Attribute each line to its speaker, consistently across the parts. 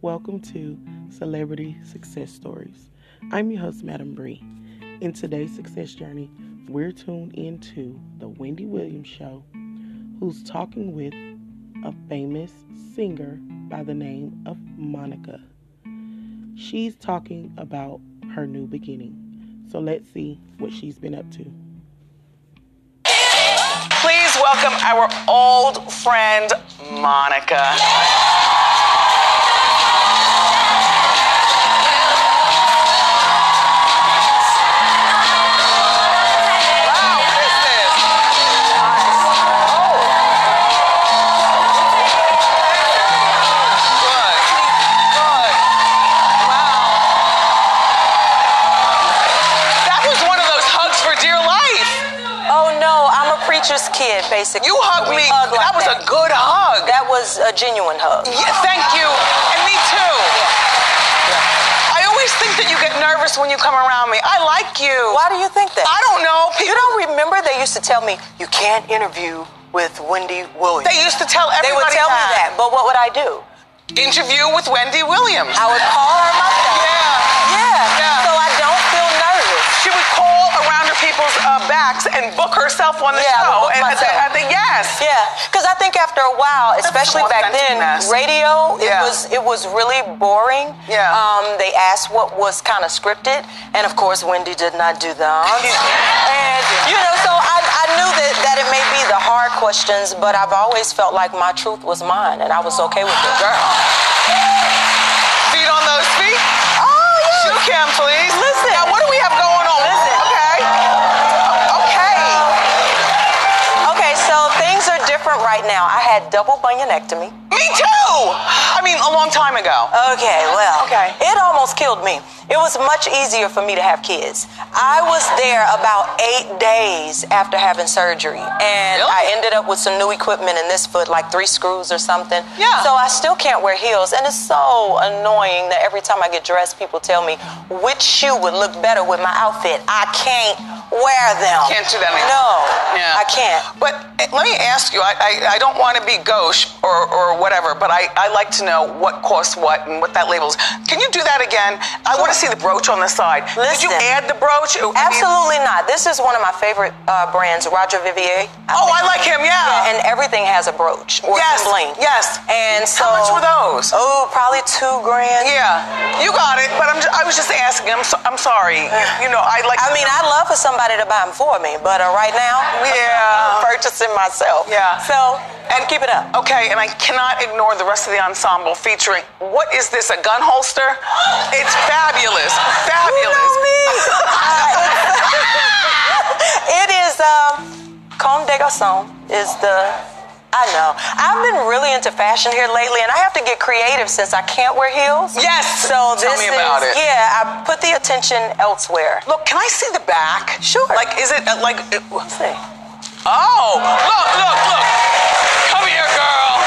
Speaker 1: Welcome to Celebrity Success Stories. I'm your host, Madam Bree. In today's success journey, we're tuned into the Wendy Williams show, who's talking with a famous singer by the name of Monica. She's talking about her new beginning. So let's see what she's been up to.
Speaker 2: Please welcome our old friend, Monica. Wow, this is good, good. Wow. That was one of those hugs for dear life.
Speaker 3: Oh no, I'm a preacher's kid, basically.
Speaker 2: You hugged
Speaker 3: We
Speaker 2: me.
Speaker 3: hug like
Speaker 2: That was a good hug.
Speaker 3: That was a genuine hug.
Speaker 2: Yeah, thank you. And me too. I always think that you get nervous when you come around me. I like you.
Speaker 3: Why do you think that?
Speaker 2: I don't know.
Speaker 3: You
Speaker 2: People,
Speaker 3: don't remember they used to tell me you can't interview with Wendy Williams.
Speaker 2: they used to tell
Speaker 3: They
Speaker 2: everybody
Speaker 3: would tell me that, but what would I do?
Speaker 2: Interview with Wendy Williams.
Speaker 3: I would call her myself.
Speaker 2: Yeah. Yeah.
Speaker 3: Yeah. So I don't feel nervous.
Speaker 2: She would call around her people's uh, backs and book herself on the
Speaker 3: Yeah, I would
Speaker 2: show.
Speaker 3: book
Speaker 2: and at the,
Speaker 3: myself.
Speaker 2: at the yes.
Speaker 3: Yeah, because I think after a while, especially
Speaker 2: some
Speaker 3: back
Speaker 2: authentic
Speaker 3: then,
Speaker 2: mess.
Speaker 3: radio it
Speaker 2: Yeah.
Speaker 3: was it was really boring.
Speaker 2: Yeah.
Speaker 3: Um, they asked what was kind of scripted, and of course, Wendy did not do the answer. and you know, so I, I knew that that it may be the hard questions, but I've always felt like my truth was mine, and I was okay with it. Girl,
Speaker 2: Feet on those feet. Oh, yeah. Shoe cam, please.
Speaker 3: Listen.
Speaker 2: Now, what do we have going on?
Speaker 3: Listen.
Speaker 2: Okay. Okay.
Speaker 3: okay, so things are different right now. I had double bunionectomy.
Speaker 2: Me too. I mean, a long time ago.
Speaker 3: Okay, well,
Speaker 2: Okay.
Speaker 3: it almost killed me. It was much easier for me to have kids. I was there about eight days after having surgery, and
Speaker 2: Really?
Speaker 3: I ended up with some new equipment in this foot, like three screws or something.
Speaker 2: Yeah.
Speaker 3: So I still can't wear heels, and it's so annoying that every time I get dressed, people tell me which shoe would look better with my outfit. I can't wear them.
Speaker 2: Can't do that anymore.
Speaker 3: No,
Speaker 2: Yeah.
Speaker 3: I can't.
Speaker 2: But eh, let me ask you, I, I, I don't want to be gauche or, or whatever, but I, I like to know what costs what and what that label is. Can you do that again? I want to see the brooch on the side. Did you
Speaker 3: Listen.
Speaker 2: add the brooch? I mean-
Speaker 3: Absolutely not. This is one of my favorite uh, brands, Roger Vivier.
Speaker 2: Oh, I
Speaker 3: think-
Speaker 2: like him, yeah.
Speaker 3: And everything has a brooch or
Speaker 2: Yes,
Speaker 3: some bling.
Speaker 2: yes.
Speaker 3: And so.
Speaker 2: How much were those?
Speaker 3: Oh, probably two grand.
Speaker 2: yeah, you got it. But I'm just, I was just asking. I'm so, I'm sorry. you know, I like.
Speaker 3: Uh, I mean, I'd love for somebody to buy them for me, but uh, right now,
Speaker 2: Yeah.
Speaker 3: I'm purchasing myself.
Speaker 2: Yeah.
Speaker 3: So, and keep it up.
Speaker 2: Okay, and I cannot ignore the rest of the ensemble featuring. What is this? A gun holster? It's fabulous,
Speaker 3: You
Speaker 2: fabulous.
Speaker 3: know me. Uh, it is um, Comme des Garçons is the. I know. I've been really into fashion here lately, and I have to get creative since I can't wear heels.
Speaker 2: Yes.
Speaker 3: So
Speaker 2: Tell
Speaker 3: this
Speaker 2: me about
Speaker 3: is,
Speaker 2: it.
Speaker 3: Yeah, I put the attention elsewhere.
Speaker 2: Look, can I see the back?
Speaker 3: Sure.
Speaker 2: Like, is it uh, like? it-
Speaker 3: Let's see.
Speaker 2: Oh, look, look, look. Come here, girl.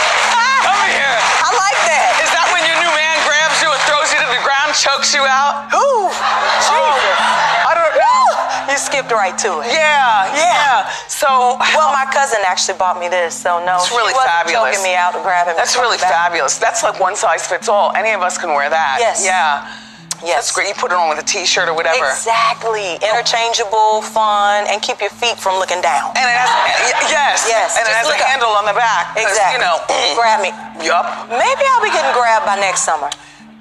Speaker 2: Oh,
Speaker 3: right to it.
Speaker 2: Yeah, yeah.
Speaker 3: Yeah.
Speaker 2: So
Speaker 3: Well, my cousin actually bought me this, so no,
Speaker 2: It's really
Speaker 3: she wasn't
Speaker 2: fabulous.
Speaker 3: choking me out and grabbing me.
Speaker 2: that's
Speaker 3: from
Speaker 2: really
Speaker 3: the back.
Speaker 2: fabulous. That's like one size fits all. Any of us can wear that.
Speaker 3: Yes.
Speaker 2: Yeah.
Speaker 3: Yes.
Speaker 2: That's great. Oh. You put it on with a t-shirt or whatever.
Speaker 3: Exactly. Interchangeable, fun, and keep your feet from looking down.
Speaker 2: And it has y- yes.
Speaker 3: Yes,
Speaker 2: And it
Speaker 3: just
Speaker 2: has a
Speaker 3: look up.
Speaker 2: handle on the back. 'cause,
Speaker 3: Exactly.
Speaker 2: You know.
Speaker 3: grab me.
Speaker 2: yup.
Speaker 3: Maybe I'll be getting grabbed by next summer.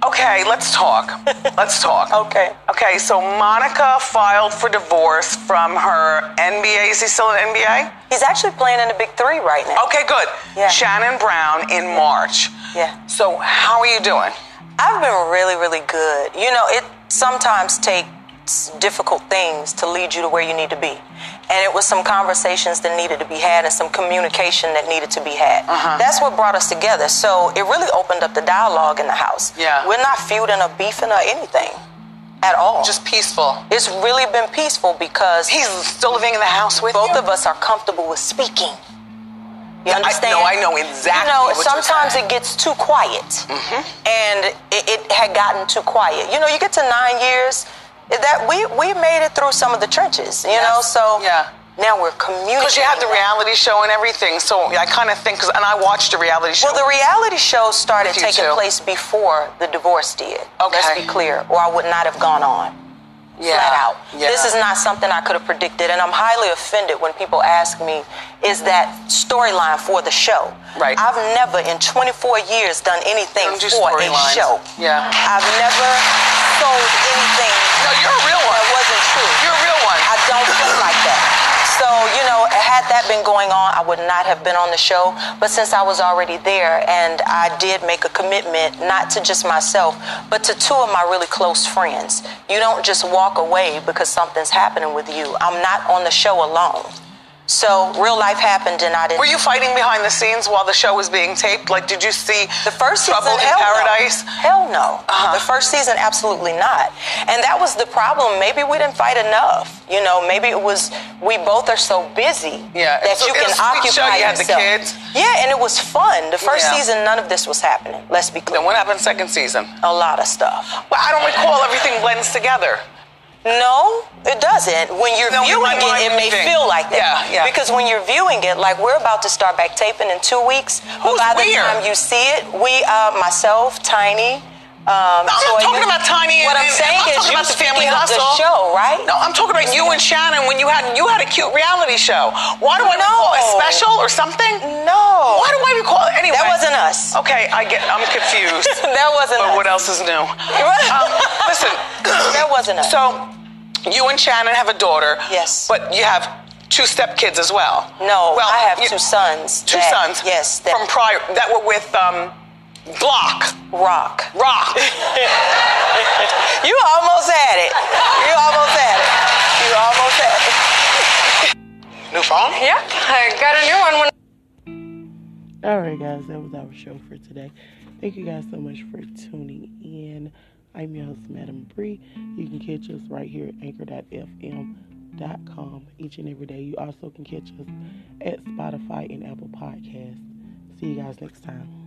Speaker 2: Okay, let's talk. Let's talk.
Speaker 3: Okay.
Speaker 2: Okay, so Monica filed for divorce from her NBA. Is he still in NBA?
Speaker 3: He's actually playing in the Big Three right now.
Speaker 2: Okay, good.
Speaker 3: Yeah.
Speaker 2: Shannon Brown in March.
Speaker 3: Yeah.
Speaker 2: So how are you doing?
Speaker 3: I've been really, really good. You know, it sometimes takes difficult things to lead you to where you need to be. And it was some conversations that needed to be had and some communication that needed to be had. That's what brought us together. So it really opened up the dialogue in the house.
Speaker 2: Yeah.
Speaker 3: We're not feuding or beefing or anything at all.
Speaker 2: Just peaceful.
Speaker 3: it's really been peaceful because
Speaker 2: He's still living in the house with
Speaker 3: both
Speaker 2: you?
Speaker 3: of us are comfortable with speaking. You
Speaker 2: I-
Speaker 3: understand?
Speaker 2: no, I know exactly
Speaker 3: You know,
Speaker 2: what you're
Speaker 3: sometimes
Speaker 2: saying. Mm-hmm.
Speaker 3: it gets too quiet, and it, it had gotten too quiet. You know, you get to nine years. That we we made it through some of the trenches. You know,
Speaker 2: Yes.
Speaker 3: so
Speaker 2: Yeah.
Speaker 3: now we're communicating.
Speaker 2: Because you had the
Speaker 3: that.
Speaker 2: reality show and everything, so I kind of think, cause, and I watched the reality show.
Speaker 3: Well, the reality show started
Speaker 2: With you
Speaker 3: taking
Speaker 2: two.
Speaker 3: place before the divorce did. Let's
Speaker 2: Okay.
Speaker 3: be clear, or I would not have gone on.
Speaker 2: yeah.
Speaker 3: flat out.
Speaker 2: Yeah.
Speaker 3: This is not something I could have predicted, and I'm highly offended when people ask me, is that storyline for the show?
Speaker 2: Right.
Speaker 3: I've never in 24 years done anything
Speaker 2: Don't do
Speaker 3: for a
Speaker 2: storylines.
Speaker 3: show.
Speaker 2: Yeah.
Speaker 3: I've never sold anything
Speaker 2: No, you're a real one.
Speaker 3: that wasn't true.
Speaker 2: You're a real one.
Speaker 3: I don't feel like that. So, you know, had that been going on, I would not have been on the show. But since I was already there and I did make a commitment, not to just myself, but to two of my really close friends, you don't just walk away because something's happening with you. I'm not on the show alone. So, real life happened and I didn't.
Speaker 2: Were you fighting behind the scenes while the show was being taped? Like, did you see
Speaker 3: The first
Speaker 2: Trouble
Speaker 3: season,
Speaker 2: in
Speaker 3: hell
Speaker 2: Paradise? Uh-huh.
Speaker 3: No. Hell no. The first season, absolutely not. And that was the problem. Maybe we didn't fight enough. You know, maybe it was we both are so busy
Speaker 2: Yeah, it
Speaker 3: that
Speaker 2: was a-
Speaker 3: you
Speaker 2: it
Speaker 3: can
Speaker 2: was a
Speaker 3: occupy
Speaker 2: sweet show. You had the
Speaker 3: yourself.
Speaker 2: kids.
Speaker 3: Yeah, and it was fun. The first
Speaker 2: Yeah.
Speaker 3: season, none of this was happening. Let's be clear.
Speaker 2: Then what happened second season?
Speaker 3: A lot of stuff.
Speaker 2: Well, I don't recall everything blends together.
Speaker 3: No, it doesn't. When you're
Speaker 2: No, we
Speaker 3: viewing
Speaker 2: might mind
Speaker 3: it, it may
Speaker 2: moving.
Speaker 3: feel like that.
Speaker 2: Yeah, yeah.
Speaker 3: Because when you're viewing it, like we're about to start back taping in two weeks, but
Speaker 2: Who's
Speaker 3: by the
Speaker 2: we are?
Speaker 3: time you see it, we, uh, myself, Tiny,
Speaker 2: I'm
Speaker 3: um, Toya-
Speaker 2: not talking about Tiny. and-
Speaker 3: What I'm
Speaker 2: and-
Speaker 3: saying
Speaker 2: I'm
Speaker 3: is,
Speaker 2: talking
Speaker 3: you
Speaker 2: about the family
Speaker 3: speaking of
Speaker 2: hustle.
Speaker 3: the show, right?
Speaker 2: No, I'm talking about you and Shannon when you had you had a cute reality show. Why do I
Speaker 3: No.
Speaker 2: recall a special or something?
Speaker 3: No.
Speaker 2: Why do I recall anyway?
Speaker 3: That wasn't us.
Speaker 2: Okay, I get. I'm confused.
Speaker 3: That wasn't
Speaker 2: But
Speaker 3: us.
Speaker 2: what else is new? um, listen.
Speaker 3: That wasn't us.
Speaker 2: So, you and Shannon have a daughter.
Speaker 3: Yes.
Speaker 2: But you have two stepkids as well.
Speaker 3: No,
Speaker 2: Well,
Speaker 3: I have
Speaker 2: you-
Speaker 3: two sons.
Speaker 2: Two
Speaker 3: that-
Speaker 2: sons.
Speaker 3: Yes, that
Speaker 2: from prior that were with um, Block.
Speaker 3: rock.
Speaker 2: Rock.
Speaker 3: You almost had it. You almost had it. You almost had it.
Speaker 2: New phone?
Speaker 4: Yep, I got a new one when
Speaker 1: All right, guys, that was our show for today. Thank you guys so much for tuning in. I'm your host, Madam Bree. You can catch us right here at anchor.fm.com each and every day. You also can catch us at Spotify and Apple Podcasts. See you guys next time.